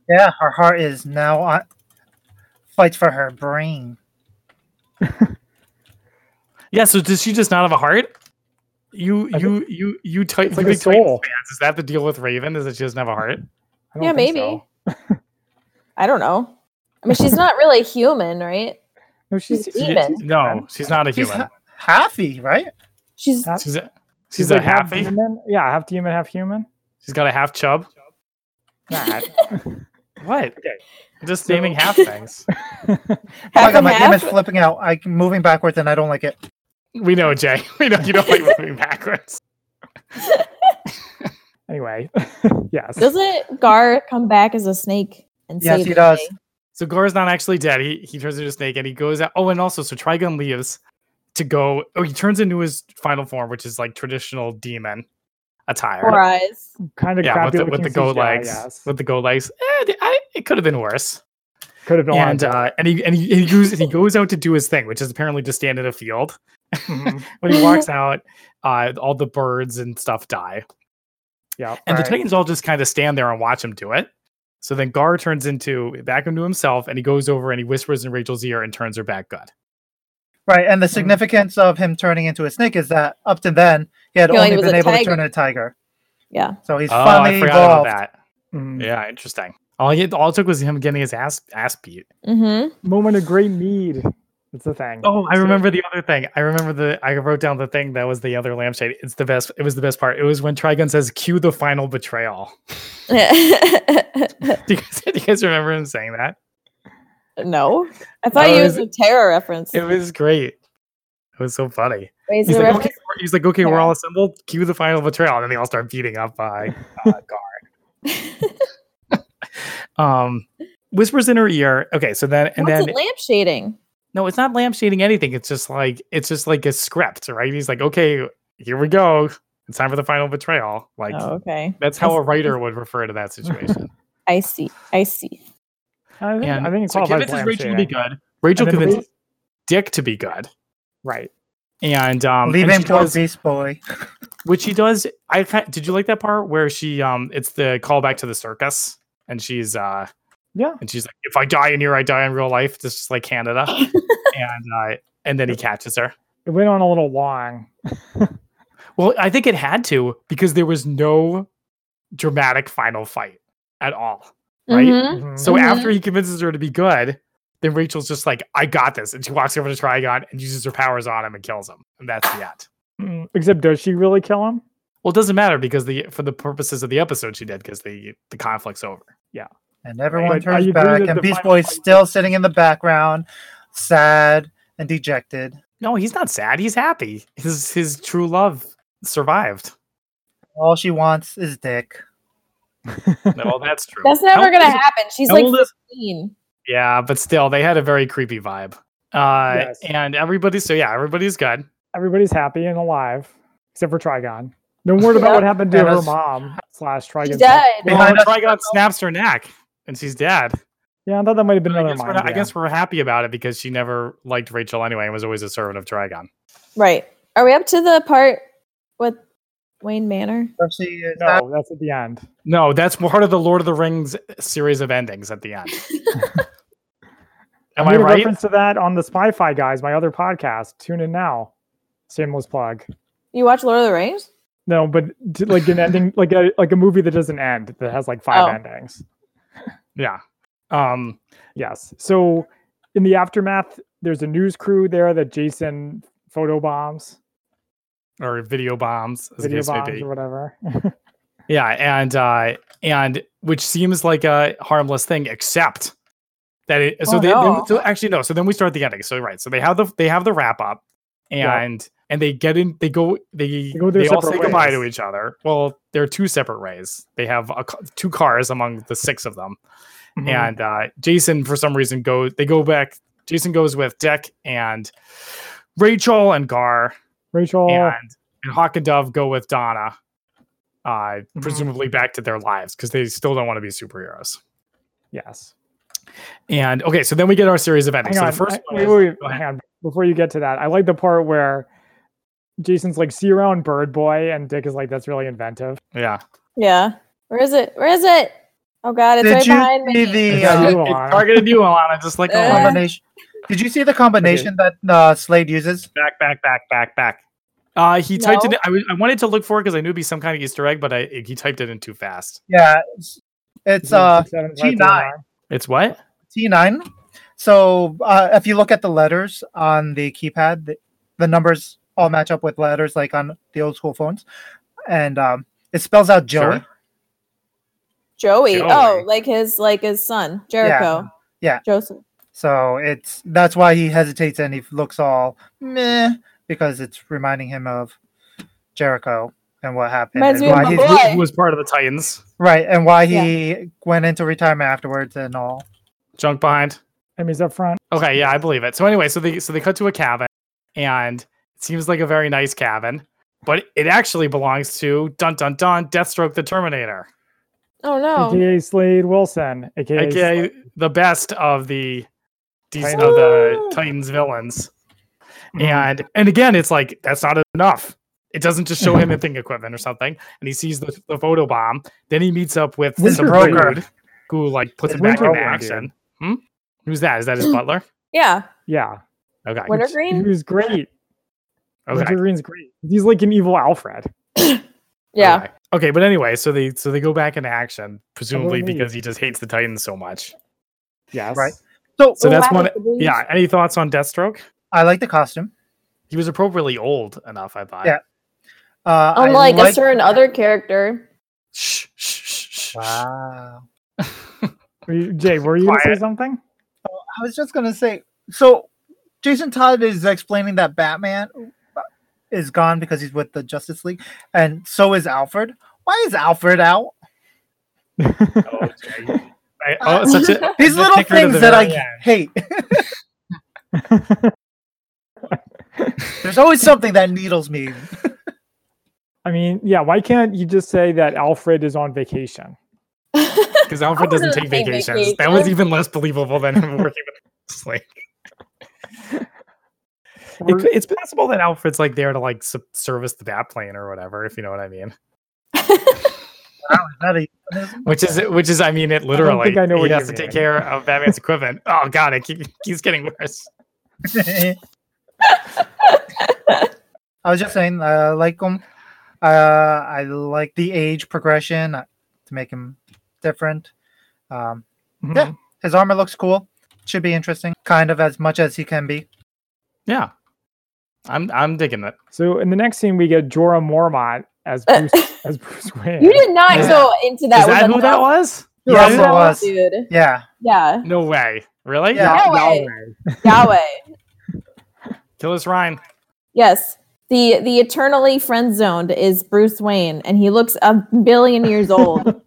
Speaker 4: yeah, her heart is now on fights for her brain.
Speaker 3: Yeah. So does she just not have a heart? You
Speaker 1: I thi-
Speaker 3: you you you tight
Speaker 1: It's like
Speaker 3: you
Speaker 1: a
Speaker 3: big Titans
Speaker 1: soul.
Speaker 3: fans, Is that the deal with Raven? Is that she doesn't have a heart?
Speaker 1: I don't
Speaker 2: Yeah,
Speaker 1: think
Speaker 2: maybe. I don't know. I mean, she's not really human, right?
Speaker 1: No, she's
Speaker 2: She's demon.
Speaker 3: No, she's not a
Speaker 4: She's
Speaker 3: human.
Speaker 4: ha- halfy, right? Oh
Speaker 2: She's
Speaker 1: That-
Speaker 3: She's a, she's
Speaker 1: she's
Speaker 3: a
Speaker 1: like half
Speaker 3: happy.
Speaker 1: human. Yeah, half human, half human.
Speaker 3: She's got a half chub.
Speaker 1: Nah,
Speaker 3: What? Just
Speaker 1: So-
Speaker 3: naming half things.
Speaker 4: Oh my
Speaker 2: half
Speaker 4: God,
Speaker 2: and
Speaker 4: my game is
Speaker 2: half.
Speaker 4: flipping out. I'm moving backwards and I don't like it.
Speaker 3: We know, Jay. We know you don't like moving backwards.
Speaker 1: anyway, yes.
Speaker 2: Doesn't Gar come back as a snake and
Speaker 4: Yes,
Speaker 2: save
Speaker 4: he does.
Speaker 2: everything?
Speaker 3: So Gore's not actually dead. He he turns into a snake and he goes out. Oh, and also, so Trigon leaves to go. Oh, he turns into his final form, which is like traditional demon attire.
Speaker 2: Four eyes.
Speaker 1: Kind of
Speaker 3: yeah, with
Speaker 1: crappy
Speaker 3: the, with the
Speaker 1: looking
Speaker 3: goat
Speaker 1: seashell,
Speaker 3: legs.
Speaker 1: Yes.
Speaker 3: With the goat legs. Eh, th- I- it could have been worse.
Speaker 1: Could have been. a lot
Speaker 3: and
Speaker 1: of
Speaker 3: uh, and he and he, he goes he goes out to do his thing, which is apparently to stand in a field.
Speaker 1: Mhm.
Speaker 3: when he walks out, uh, all the birds and stuff die.
Speaker 1: Yep.
Speaker 3: And the
Speaker 4: Right.
Speaker 3: Titans all just kind of stand there and watch him do it. So then Gar turns into back into himself and he goes over and he whispers in Rachel's ear and turns her back good.
Speaker 4: Right. And the
Speaker 3: Mm-hmm.
Speaker 4: significance of him turning into a snake is that up to then, he had
Speaker 2: He only
Speaker 4: only
Speaker 2: was
Speaker 4: been
Speaker 2: a
Speaker 4: able to
Speaker 2: tiger.
Speaker 4: turn into a tiger.
Speaker 2: Yeah.
Speaker 4: So he's
Speaker 3: oh, I
Speaker 4: finally
Speaker 3: forgot
Speaker 4: evolved.
Speaker 3: about that.
Speaker 1: Mhm.
Speaker 3: Yeah, interesting. All he all it took was him getting his ass ass beat.
Speaker 2: Mm-hmm.
Speaker 1: Moment of great need. It's a thing.
Speaker 3: Oh, I remember the other thing. I remember the I wrote down the thing that was the other lampshade. It's the best. It was the best part. It was when Trigun says, "Cue the final betrayal." do, you guys, do you guys remember him saying that?
Speaker 2: no. I thought
Speaker 3: No,
Speaker 2: you
Speaker 3: it
Speaker 2: was a terror reference.
Speaker 3: It was great. It was so funny.
Speaker 2: Wait, is
Speaker 3: He's
Speaker 2: it a
Speaker 3: like, okay,
Speaker 2: reference?
Speaker 3: we're, he's like, okay, we're
Speaker 2: Yeah.
Speaker 3: all assembled. Cue the final betrayal, and then they all start beating up uh, uh, Gar. um, whispers in her ear. Okay, so then and
Speaker 2: What's
Speaker 3: then
Speaker 2: it lampshading?
Speaker 3: no, it's not lampshading anything. It's just like it's just like a script, right? He's like, okay, here we go. It's time for the final betrayal. Like
Speaker 2: oh, okay.
Speaker 3: that's how a writer would refer to that situation.
Speaker 2: I see. I see.
Speaker 1: I think, I think it
Speaker 3: so
Speaker 1: qualifies.
Speaker 3: convinces
Speaker 1: as
Speaker 3: Rachel to be
Speaker 1: lampshading.
Speaker 3: good. Rachel
Speaker 1: And then
Speaker 3: convinces
Speaker 1: Lee-
Speaker 3: Dick to be good,
Speaker 1: right.
Speaker 3: and um, and
Speaker 4: Leave him
Speaker 3: she
Speaker 4: for
Speaker 3: does-
Speaker 4: Beast Boy.
Speaker 3: which she does i ca- did you like that part where she um it's the callback to the circus and she's uh
Speaker 1: Yeah.
Speaker 3: and she's like if i die in here i die in real life this is like canada and uh and then he catches her
Speaker 1: It went on a little long.
Speaker 3: well i think it had to because there was no dramatic final fight at all Right?
Speaker 2: Mhm.
Speaker 1: Mhm.
Speaker 3: so
Speaker 2: Mhm.
Speaker 3: after he convinces her to be good then rachel's just like i got this and she walks over to trigon and uses her powers on him and kills him and that's the end
Speaker 1: Mm, Except, does she really kill him?
Speaker 3: well it doesn't matter because the for the purposes of the episode she did because the the conflict's over
Speaker 4: And everyone
Speaker 1: But are
Speaker 4: turns
Speaker 1: you doing
Speaker 4: back,
Speaker 1: the-
Speaker 4: and
Speaker 1: the
Speaker 4: Beast
Speaker 1: final
Speaker 4: Boy's
Speaker 1: fight?
Speaker 4: still sitting in the background, sad and dejected.
Speaker 3: No, he's not sad. He's happy. His his true love survived.
Speaker 4: All she wants is dick.
Speaker 3: Well, that's true.
Speaker 2: That's never
Speaker 3: How
Speaker 2: gonna
Speaker 3: old is-
Speaker 2: happen. She's
Speaker 3: how
Speaker 2: like
Speaker 3: old is-
Speaker 2: 15.
Speaker 3: Yeah, but still, they had a very creepy vibe. Uh,
Speaker 1: Yes.
Speaker 3: and everybody. So yeah, everybody's good.
Speaker 1: Everybody's happy and alive, except for Trigon. No word about what happened to
Speaker 4: And
Speaker 1: her
Speaker 4: us-
Speaker 1: mom slash
Speaker 2: She
Speaker 1: Trigon.
Speaker 2: died.
Speaker 3: Well,
Speaker 4: Behind us-
Speaker 3: Trigon snaps her neck, and she's dead.
Speaker 1: Yeah, I thought that might have been
Speaker 3: But I
Speaker 1: another
Speaker 3: guess, we're
Speaker 1: mind.
Speaker 3: not- I
Speaker 1: yeah.
Speaker 3: guess we're happy about it because she never liked Rachel anyway, and was always a servant of Trigon.
Speaker 2: Right. Are we up to the part with Wayne Manor?
Speaker 4: But she is happy.
Speaker 1: no, that's at the end.
Speaker 3: No, that's part of the Lord of the Rings series of endings at the end. Am
Speaker 1: I
Speaker 3: I
Speaker 1: made a
Speaker 3: right?
Speaker 1: reference to that on the Spy-Fi guys, my other podcast. Tune in now. Shameless plug.
Speaker 2: You watch Lord of the Rings?
Speaker 1: No, but t- like an ending, like a like a movie that doesn't end that has like five
Speaker 2: Oh.
Speaker 1: endings.
Speaker 3: Yeah. Um.
Speaker 1: Yes. So in the aftermath, there's a news crew there that Jason photo bombs,
Speaker 3: Or video bombs, as the
Speaker 1: video
Speaker 3: case may
Speaker 1: bombs,
Speaker 3: be.
Speaker 1: or whatever.
Speaker 3: Yeah, and uh and which seems like a harmless thing, except that it so
Speaker 2: Oh,
Speaker 3: they then-
Speaker 2: no.
Speaker 3: so actually no, so then we start the ending. So right, so they have the they have the wrap up
Speaker 1: Yeah.
Speaker 3: and and they get in they go they
Speaker 1: go their
Speaker 3: they all say
Speaker 1: separate
Speaker 3: goodbye to
Speaker 1: ways.
Speaker 3: each other. Well, they're two separate ways. They have a, ca- two cars among the six of them.
Speaker 1: Mm-hmm.
Speaker 3: And uh Jason for some reason goes they go back Jason goes with Deck and Rachel and Gar
Speaker 1: Rachel,
Speaker 3: and and Hawk and Dove go with Donna, uh,
Speaker 1: Mhm.
Speaker 3: presumably back to their lives because they still don't want to be superheroes.
Speaker 1: yes.
Speaker 3: And okay, so then we get our series of endings.
Speaker 1: Hang on,
Speaker 3: so the first
Speaker 1: I-
Speaker 3: one,
Speaker 1: wait,
Speaker 3: is-
Speaker 1: wait, wait,
Speaker 3: go ahead.
Speaker 1: hang on. Before you get to that, I like the part where Jason's like, "See you around, Bird Boy," and Dick is like, "That's really inventive."
Speaker 3: yeah,
Speaker 2: Yeah. Where is it? Where is it? Oh god, it's
Speaker 4: Did
Speaker 2: right
Speaker 4: you
Speaker 2: behind me.
Speaker 4: see the,
Speaker 1: Yeah,
Speaker 4: uh,
Speaker 1: you
Speaker 3: It's
Speaker 1: are.
Speaker 3: targeted you, Alana, just like
Speaker 2: Uh.
Speaker 3: Alana.
Speaker 4: combination. Did you see the combination that uh, Slade uses?
Speaker 3: back, back, back, back, back. Uh, he typed it.
Speaker 2: No.
Speaker 3: in- I, was- I wanted to look for it because I knew it'd be some kind of Easter egg, but I he typed it in too fast.
Speaker 4: Yeah, it's, it's
Speaker 1: Zero,
Speaker 4: uh
Speaker 1: six, seven, five, three,
Speaker 4: T9.
Speaker 1: nine.
Speaker 3: It's what?
Speaker 4: T9. So uh, if you look at the letters on the keypad, the, the numbers all match up with letters like on the old school phones, and um, it spells out Joey.
Speaker 3: Sure.
Speaker 2: Joey.
Speaker 3: Joey.
Speaker 2: Oh, like his like his son, Jericho.
Speaker 4: Yeah.
Speaker 2: Joseph.
Speaker 4: So it's that's why he hesitates and he looks all meh because it's reminding him of Jericho and what happened.
Speaker 2: Reminds
Speaker 4: and
Speaker 2: me of
Speaker 4: why
Speaker 2: my
Speaker 4: he-
Speaker 2: boy.
Speaker 3: Who,
Speaker 2: Why?
Speaker 3: who was part of the Titans?
Speaker 4: right, and why he went into retirement afterwards and all.
Speaker 3: Junk behind.
Speaker 1: Emmy's up front.
Speaker 3: Okay, yeah, I believe it. So anyway, so they so they cut to a cabin, and it seems like a very nice cabin, but it actually belongs to dun dun dun Deathstroke the Terminator,
Speaker 2: Oh no.
Speaker 1: AKA Slade Wilson. AKA,
Speaker 3: aka the best of the these,
Speaker 1: Titan-
Speaker 3: of the
Speaker 2: Woo!
Speaker 3: Titans villains.
Speaker 4: Mhm.
Speaker 3: And and again, it's like that's not enough. It doesn't just show him hitting equipment or something, and he sees the, the photo bomb. Then he meets up with
Speaker 1: Winter
Speaker 3: some
Speaker 1: Broker.
Speaker 3: dude who like puts him
Speaker 4: It's
Speaker 3: back
Speaker 4: Winter
Speaker 3: into
Speaker 1: Broker,
Speaker 3: action. Hmm? Who's that? Is that his butler?
Speaker 2: Yeah.
Speaker 1: Yeah.
Speaker 3: Okay.
Speaker 1: He
Speaker 2: Wintergreen.
Speaker 1: was great.
Speaker 3: Okay.
Speaker 1: Winter Green's great. He's like an evil Alfred.
Speaker 2: Yeah.
Speaker 3: Okay. Okay, but anyway, so they so they go back into action, presumably
Speaker 1: leaves.
Speaker 3: because he just hates the Titans so much.
Speaker 1: Yes.
Speaker 4: Right. So
Speaker 3: So that's
Speaker 2: Wow,
Speaker 3: one.
Speaker 2: the boots.
Speaker 3: Yeah. Any thoughts on Deathstroke?
Speaker 4: I like the costume.
Speaker 3: He was appropriately old enough, I thought.
Speaker 4: Yeah. Uh, I
Speaker 2: Unlike
Speaker 4: like-
Speaker 2: a certain other character.
Speaker 3: Shh, shh, shh, shh, shh.
Speaker 4: Wow.
Speaker 1: Were you- Jay, were you going to say
Speaker 3: Quiet.
Speaker 1: something?
Speaker 4: I was just gonna say. So Jason Todd is explaining that Batman is gone because he's with the Justice League, and so is Alfred. Why is Alfred out?
Speaker 3: Oh, Jay. I- oh, such a-
Speaker 4: These
Speaker 3: just
Speaker 4: little
Speaker 3: pick her to
Speaker 4: things
Speaker 3: the
Speaker 4: that I
Speaker 3: very end.
Speaker 4: hate. There's always something that needles me.
Speaker 1: I mean, yeah, why can't you just say that Alfred is on vacation?
Speaker 3: Because Alfred
Speaker 2: Alfred
Speaker 3: doesn't
Speaker 2: doesn't
Speaker 3: take
Speaker 2: take
Speaker 3: vacations. That was
Speaker 2: vacations.
Speaker 3: even less believable than him working with it's like
Speaker 1: Or-
Speaker 3: it- it's possible that Alfred's like there to like su- service the bat plane or whatever, if you know what I mean.
Speaker 4: Wow, is that a euphemism?
Speaker 3: Which is which is I mean it literally.
Speaker 1: think I know
Speaker 3: he
Speaker 1: what you
Speaker 3: has to take
Speaker 1: mean.
Speaker 3: care of Batman's equipment. Oh god, it keep, keeps getting worse.
Speaker 4: I was just saying, I like him. Uh, I like the age progression uh, to make him different. Um,
Speaker 1: mm-hmm.
Speaker 4: Yeah. his armor looks cool. Should be interesting, kind of as much as he can be.
Speaker 3: Yeah. I'm I'm digging it.
Speaker 1: So in the next scene, we get Jorah Mormont as Bruce, as Bruce Wayne.
Speaker 2: you did not
Speaker 4: Yeah.
Speaker 2: go into
Speaker 3: Is
Speaker 2: that.
Speaker 3: that
Speaker 2: with
Speaker 3: who
Speaker 2: a
Speaker 3: that was?
Speaker 4: Who
Speaker 2: no,
Speaker 4: else it
Speaker 2: no,
Speaker 4: was?
Speaker 2: dude.
Speaker 4: Yeah,
Speaker 2: Yeah.
Speaker 3: No way. Really?
Speaker 4: Yeah.
Speaker 1: Not-
Speaker 2: Yahweh.
Speaker 1: Yahweh.
Speaker 2: Yahweh.
Speaker 3: Kill us Ryan.
Speaker 2: Yes. The the eternally friend zoned is Bruce Wayne, and he looks a billion years old.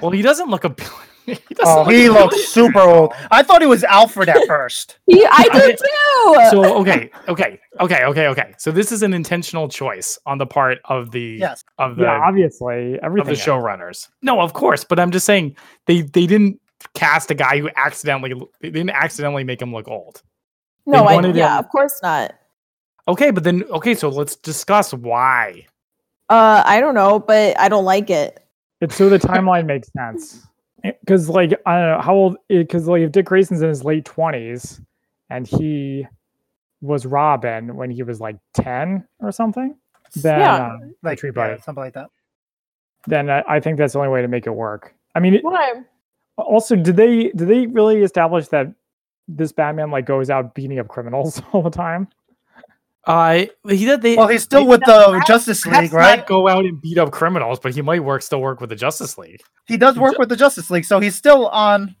Speaker 3: Well he doesn't look a he doesn't
Speaker 4: Oh,
Speaker 3: look
Speaker 4: he
Speaker 3: a
Speaker 4: looks
Speaker 3: billion.
Speaker 4: super old. I thought he was Alfred at first.
Speaker 2: he, I
Speaker 3: I
Speaker 2: do
Speaker 3: mean,
Speaker 2: too.
Speaker 3: so okay, okay, okay, okay, okay. So this is an intentional choice on the part of the
Speaker 4: Yes.
Speaker 3: of the
Speaker 1: Yeah, obviously.
Speaker 3: of
Speaker 1: Everything.
Speaker 3: the showrunners. No, of course, but I'm just saying they they didn't cast a guy who accidentally l- they didn't accidentally make him look old.
Speaker 2: no,
Speaker 3: they
Speaker 2: I,
Speaker 3: wanted
Speaker 2: yeah,
Speaker 3: him-
Speaker 2: of course not.
Speaker 3: Okay, but then okay, so let's discuss why.
Speaker 2: Uh, I don't know, but I don't like it.
Speaker 1: It's so the timeline makes sense. Because like I don't know how old. Because like if Dick Grayson's in his late twenties, and he was Robin when he was like ten or something, then
Speaker 2: Yeah.
Speaker 1: uh,
Speaker 4: Like
Speaker 1: tree
Speaker 4: yeah,
Speaker 1: bite.
Speaker 4: something like that.
Speaker 1: then I, I think that's the only way to make it work. I mean, it,
Speaker 2: Why?
Speaker 1: also, did they did they really establish that this Batman like goes out beating up criminals all the time?
Speaker 3: Uh, he did they
Speaker 4: Well, he's still
Speaker 3: Maybe
Speaker 4: with
Speaker 3: that's-
Speaker 4: the Justice
Speaker 3: perhaps
Speaker 4: League, right?
Speaker 3: not go out and beat up criminals, but he might work still work with the Justice League.
Speaker 4: He does work with the Justice League, so he's still on.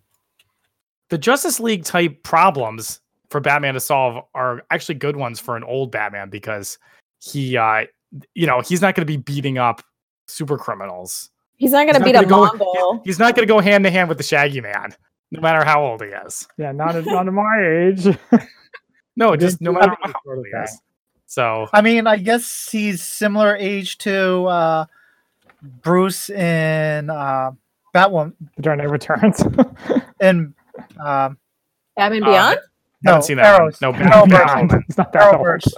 Speaker 3: The Justice League type problems for Batman to solve are actually good ones for an old Batman because he uh you know, he's not going to be beating up super criminals
Speaker 2: He's not gonna
Speaker 3: He's
Speaker 2: beat
Speaker 3: not
Speaker 2: a
Speaker 3: gonna
Speaker 2: Mambo.
Speaker 3: He's not going to go hand to hand with the Shaggy Man, no matter how old he is.
Speaker 1: Yeah, not at, not at my age.
Speaker 3: No, just no
Speaker 1: do
Speaker 3: matter
Speaker 1: that
Speaker 3: how
Speaker 1: sort
Speaker 3: old
Speaker 1: of
Speaker 3: he is.
Speaker 1: thing.
Speaker 3: So
Speaker 4: I mean, I guess he's similar age to uh, Bruce in uh, Batwoman
Speaker 1: The Dark Knight Returns.
Speaker 4: in um,
Speaker 2: Batman
Speaker 3: uh,
Speaker 2: Beyond.
Speaker 4: no,
Speaker 3: haven't seen that one.
Speaker 4: Arrows.
Speaker 3: No,
Speaker 4: Arrowverse.
Speaker 3: Batman Beyond.
Speaker 1: it's not that old.
Speaker 4: Arrowverse.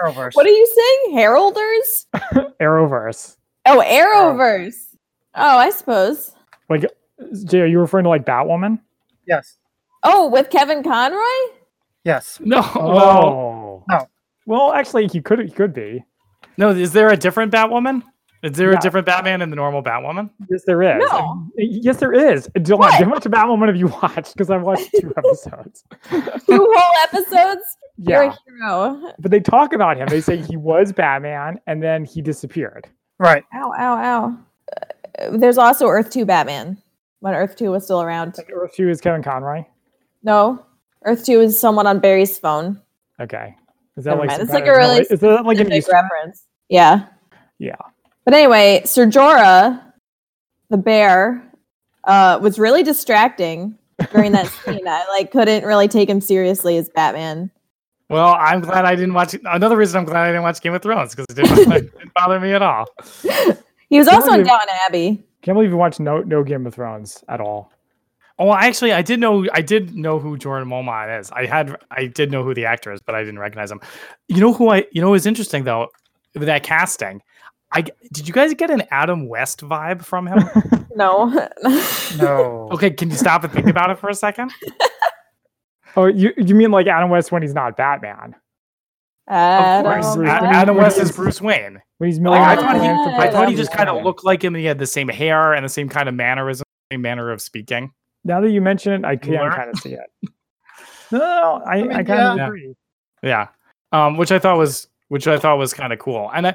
Speaker 4: Arrowverse.
Speaker 2: What are you saying, Heralders?
Speaker 1: Arrowverse.
Speaker 2: Oh, Arrowverse. Oh, I suppose.
Speaker 1: Jay, are you referring to like Batwoman?
Speaker 4: yes,
Speaker 2: Oh, with Kevin Conroy.
Speaker 4: yes.
Speaker 3: No, well,
Speaker 1: no.
Speaker 4: No.
Speaker 1: Well, Oh. actually, he could he could be.
Speaker 3: no. Is there a different Batwoman? Is there
Speaker 1: Yeah.
Speaker 3: a different Batman in the normal Batwoman?
Speaker 1: Yes, there is.
Speaker 2: No.
Speaker 1: Um, Yes, there is. Dylan,
Speaker 2: What?
Speaker 1: how much Batwoman have you watched? Because I watched two episodes.
Speaker 2: Two whole episodes. You're
Speaker 1: Yeah,
Speaker 2: a hero.
Speaker 1: but they talk about him. They say he was Batman, and then he disappeared.
Speaker 4: Right.
Speaker 2: Ow, ow, ow. Uh, there's also Earth Two Batman when Earth Two was still around.
Speaker 1: Like Earth Two is Kevin Conroy.
Speaker 2: No, Earth Two is someone on Barry's phone.
Speaker 1: Okay, is that
Speaker 2: Never
Speaker 1: like
Speaker 2: mind.
Speaker 1: some
Speaker 2: It's like
Speaker 1: kind
Speaker 2: a
Speaker 1: of-
Speaker 2: really
Speaker 1: is that like an
Speaker 2: Big
Speaker 1: Easter?
Speaker 2: reference. Yeah.
Speaker 1: Yeah.
Speaker 2: But anyway, Sir Jorah, the bear, uh, was really distracting during that scene. I like couldn't really take him seriously as Batman.
Speaker 3: Well, I'm glad I didn't watch. Another reason I'm glad I didn't watch Game of Thrones because it didn't, it didn't bother me at all.
Speaker 2: He was also in
Speaker 1: Jorah-
Speaker 2: Down Abbey.
Speaker 1: Can't believe you watched no no Game of Thrones Uh, at all.
Speaker 3: Oh, actually, I did know. I did know who Jordan Momon is. I had. I did know who the actor is, but I didn't recognize him. You know who I. You know is interesting though. With that casting, I g- did. You guys get an Adam West vibe from him?
Speaker 2: No.
Speaker 4: No.
Speaker 3: okay, can you stop and think about it for a second?
Speaker 1: Oh, you you mean like Adam West when he's not Batman?
Speaker 3: Of
Speaker 2: Adam
Speaker 3: course, A-
Speaker 1: West.
Speaker 3: Adam West is Bruce Wayne.
Speaker 1: When he's
Speaker 3: Like,
Speaker 1: Miller?
Speaker 3: Oh, I thought he. I thought he
Speaker 2: Adam
Speaker 3: just kind of looked like him, and he had the same hair and the same kind of mannerism, same manner of speaking.
Speaker 1: Now that you mention it, I can
Speaker 3: Blur.
Speaker 1: kind of see it. No, no, I, I,
Speaker 4: mean,
Speaker 1: kind of
Speaker 4: yeah.
Speaker 3: Yeah.
Speaker 1: agree.
Speaker 3: Yeah. Um, which I thought was which I thought was kind of cool. And I,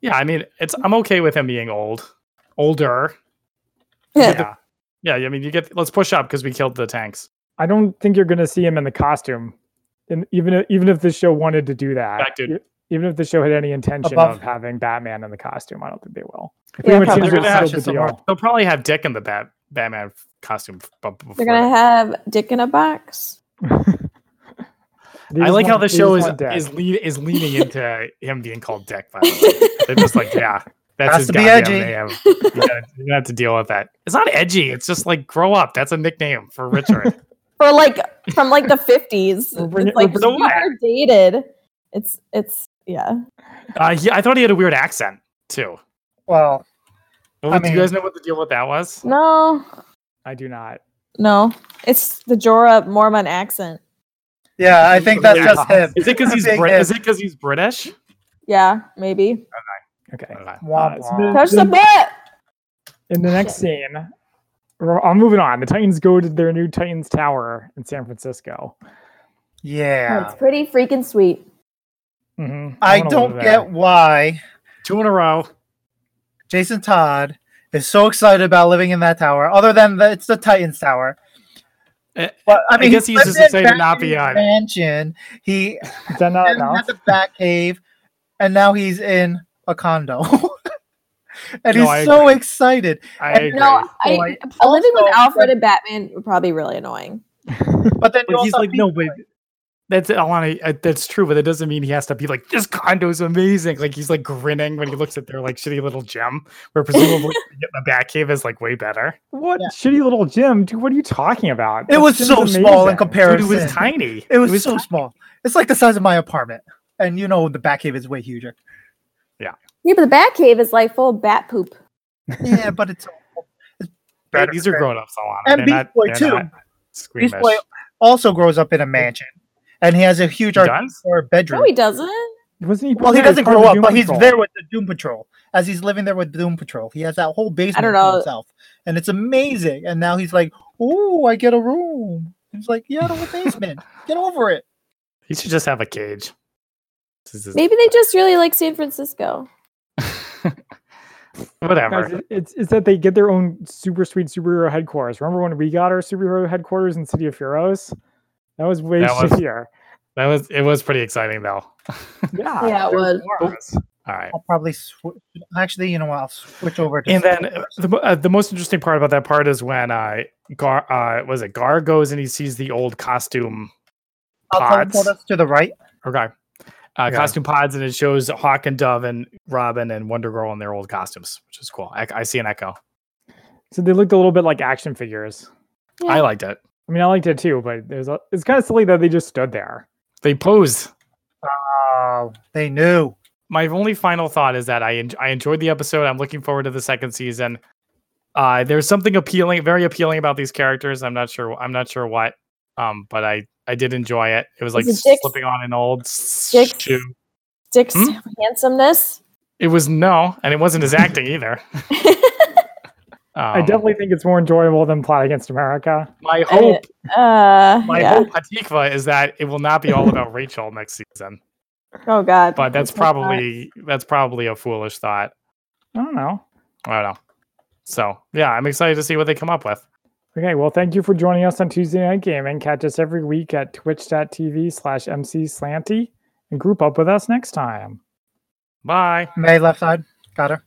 Speaker 3: yeah, I mean, it's I'm okay with him being old, older.
Speaker 2: Yeah.
Speaker 3: Yeah. Yeah, I mean, you get let's push up because we killed the tanks.
Speaker 1: I don't think you're going to see him in the costume, and even if, even if this show wanted to do that,
Speaker 3: Back, dude.
Speaker 1: e- even if the show had any intention
Speaker 4: Above.
Speaker 1: of having Batman in the costume, I don't think they will. It
Speaker 2: Yeah,
Speaker 1: pretty much
Speaker 2: probably
Speaker 1: seems
Speaker 3: not. They're
Speaker 1: like
Speaker 3: gonna
Speaker 1: it's still
Speaker 4: have
Speaker 1: the
Speaker 4: to
Speaker 1: deal.
Speaker 3: They'll probably have Dick in the Bat Batman f- costume. f- bu- before
Speaker 2: They're gonna
Speaker 3: that.
Speaker 2: have Dick in a box.
Speaker 1: They
Speaker 3: I
Speaker 1: just
Speaker 3: like how
Speaker 1: want-
Speaker 3: the
Speaker 1: they
Speaker 3: show is
Speaker 1: just want Dick.
Speaker 3: is, lean, is leaning into him being called Dick. By the way, they're just like, yeah, that's
Speaker 4: Has
Speaker 3: his
Speaker 4: to be
Speaker 3: goddamn
Speaker 4: edgy.
Speaker 3: name. You gotta- you have to deal with that. It's not edgy. It's just like grow up. That's a nickname for Richard.
Speaker 2: For like from like the fifties.
Speaker 1: We're bringing-
Speaker 2: It's like
Speaker 3: we're bringing it
Speaker 2: super dated. It's it's yeah.
Speaker 3: Uh, he, I thought he had a weird accent too.
Speaker 4: Well,
Speaker 3: Well,
Speaker 4: I
Speaker 3: do you guys
Speaker 4: mean-
Speaker 3: know what the deal with that was?
Speaker 2: No.
Speaker 1: I do not.
Speaker 2: No. It's the Jorah Mormon accent.
Speaker 4: yeah, I think that's just him.
Speaker 3: Is it because he's
Speaker 4: Big
Speaker 3: Brit-
Speaker 4: if.
Speaker 3: is it because he's British?
Speaker 2: Yeah, maybe.
Speaker 1: Okay.
Speaker 3: Okay.
Speaker 4: Womp
Speaker 1: Uh, so
Speaker 4: womp.
Speaker 2: Touch the butt.
Speaker 1: In the next scene, we're- I'm moving on. The Titans go to their new Titans Tower in San Francisco.
Speaker 4: Yeah.
Speaker 2: It's pretty freaking sweet.
Speaker 1: Mhm.
Speaker 4: I
Speaker 1: wanna
Speaker 4: don't
Speaker 1: live there.
Speaker 4: get why
Speaker 3: Two in a row.
Speaker 4: Jason Todd is so excited about living in that tower, other than the, it's the Titans Tower.
Speaker 3: Eh,
Speaker 4: But I mean,
Speaker 3: guess he's
Speaker 4: lived
Speaker 3: just
Speaker 4: in
Speaker 3: excited to not
Speaker 4: Batman's
Speaker 3: be on.
Speaker 4: Mansion. He
Speaker 1: Is that not
Speaker 4: had
Speaker 1: enough?
Speaker 4: the Batcave, and now he's in a condo, and
Speaker 3: No,
Speaker 4: he's
Speaker 3: I
Speaker 4: so
Speaker 3: agree.
Speaker 4: excited.
Speaker 3: I
Speaker 4: And
Speaker 3: agree.
Speaker 2: No, I,
Speaker 4: Boy.
Speaker 2: uh, living with
Speaker 4: Also-
Speaker 2: Alfred and Batman would probably be really annoying.
Speaker 4: But then you
Speaker 3: but he's
Speaker 4: also
Speaker 3: like,
Speaker 4: have
Speaker 3: no,
Speaker 4: people
Speaker 3: but that's I wanna, uh, that's true, but that doesn't mean he has to be like this condo's amazing. Like he's like grinning when he looks at their like shitty little gym, where presumably getting the back cave is like way better.
Speaker 1: What
Speaker 4: Yeah.
Speaker 1: shitty little gym, dude? What are you talking about?
Speaker 4: It
Speaker 1: That
Speaker 4: was
Speaker 1: gym's
Speaker 4: so small in
Speaker 1: amazing.
Speaker 3: Dude, it
Speaker 4: comparison.
Speaker 3: was tiny.
Speaker 4: It was, so
Speaker 3: ti-
Speaker 4: small. It's like the size of my apartment. And you know the Batcave is way huger.
Speaker 2: Yeah, but the Batcave is like full of bat poop.
Speaker 4: Yeah, but it's it's
Speaker 3: Hey,
Speaker 4: better
Speaker 3: These are
Speaker 4: than-
Speaker 3: grown ups, Alana.
Speaker 4: And
Speaker 3: They're
Speaker 4: Beast
Speaker 3: not-
Speaker 4: Boy,
Speaker 3: they're
Speaker 4: too.
Speaker 3: not
Speaker 4: Beast
Speaker 3: Squeamish.
Speaker 4: Boy also grows up in a mansion, and he has a huge
Speaker 3: He
Speaker 4: art
Speaker 3: does?
Speaker 4: or bedroom.
Speaker 2: No, he doesn't.
Speaker 1: Wasn't he?
Speaker 4: well,
Speaker 1: part
Speaker 4: he
Speaker 1: of-
Speaker 4: doesn't
Speaker 1: part of
Speaker 4: grow up,
Speaker 1: Doom
Speaker 4: but he's
Speaker 1: Patrol?
Speaker 4: there with the Doom Patrol. As he's living there with Doom Patrol, he has that whole basement
Speaker 2: know.
Speaker 4: to himself, and it's amazing. And now he's like, "Ooh, I get a room." He's like, "Yeah, I don't have a basement. get over it."
Speaker 3: He should just have a cage. This is his-
Speaker 2: Maybe they just really like San Francisco.
Speaker 3: Whatever.
Speaker 1: Guys, it- it's, it's that they get their own super sweet superhero headquarters. Remember when we got our superhero headquarters in City of Heroes? That was way
Speaker 3: That was-
Speaker 1: shittier.
Speaker 3: That was it was pretty exciting though.
Speaker 1: Yeah.
Speaker 2: Yeah, it
Speaker 1: there
Speaker 2: was.
Speaker 1: was.
Speaker 3: All right.
Speaker 4: I'll probably sw- actually, you know what? I'll switch over to.
Speaker 3: And then uh, the, mo- uh, the most interesting part about that part is when uh, Gar uh, was it Gar goes and he sees the old costume
Speaker 4: I'll
Speaker 3: pods.
Speaker 4: teleport us to the right.
Speaker 3: Okay. Uh,
Speaker 4: Yeah.
Speaker 3: Costume pods, and it shows Hawk and Dove and Robin and Wonder Girl in their old costumes, which is cool. I, I see an echo.
Speaker 1: So they looked a little bit like action figures.
Speaker 2: Yeah.
Speaker 3: I liked it.
Speaker 1: I mean, I liked it too, but there's a, it's kind of silly that they just stood there.
Speaker 3: They posed.
Speaker 4: Oh, they knew.
Speaker 3: My only final thought is that I en- I enjoyed the episode. I'm looking forward to the second season. Uh, there's something appealing, very appealing about these characters. I'm not sure. I'm not sure what. Um, but I I did enjoy it. It was like
Speaker 2: Is it Dick's-
Speaker 3: slipping on an old
Speaker 2: Dick's-
Speaker 3: shoe.
Speaker 2: Dick's
Speaker 3: Hmm?
Speaker 2: handsomeness.
Speaker 3: It was no, and it wasn't his acting either.
Speaker 1: I
Speaker 3: Um,
Speaker 1: definitely think it's more enjoyable than Plot Against America.
Speaker 3: my hope,
Speaker 2: uh,
Speaker 3: my
Speaker 2: yeah.
Speaker 3: hope, Hatikva, is that it will not be all about Rachel next season.
Speaker 2: Oh God.
Speaker 3: But
Speaker 2: Let's
Speaker 3: that's
Speaker 2: hope not.
Speaker 3: probably that's probably a foolish thought.
Speaker 1: I don't know.
Speaker 3: I don't know. So yeah, I'm excited to see what they come up with.
Speaker 1: Okay, well, thank you for joining us on Tuesday Night Gaming. Catch us every week at twitch.tv slash MC Slanty and group up with us next time.
Speaker 3: Bye.
Speaker 4: May left side. Got her.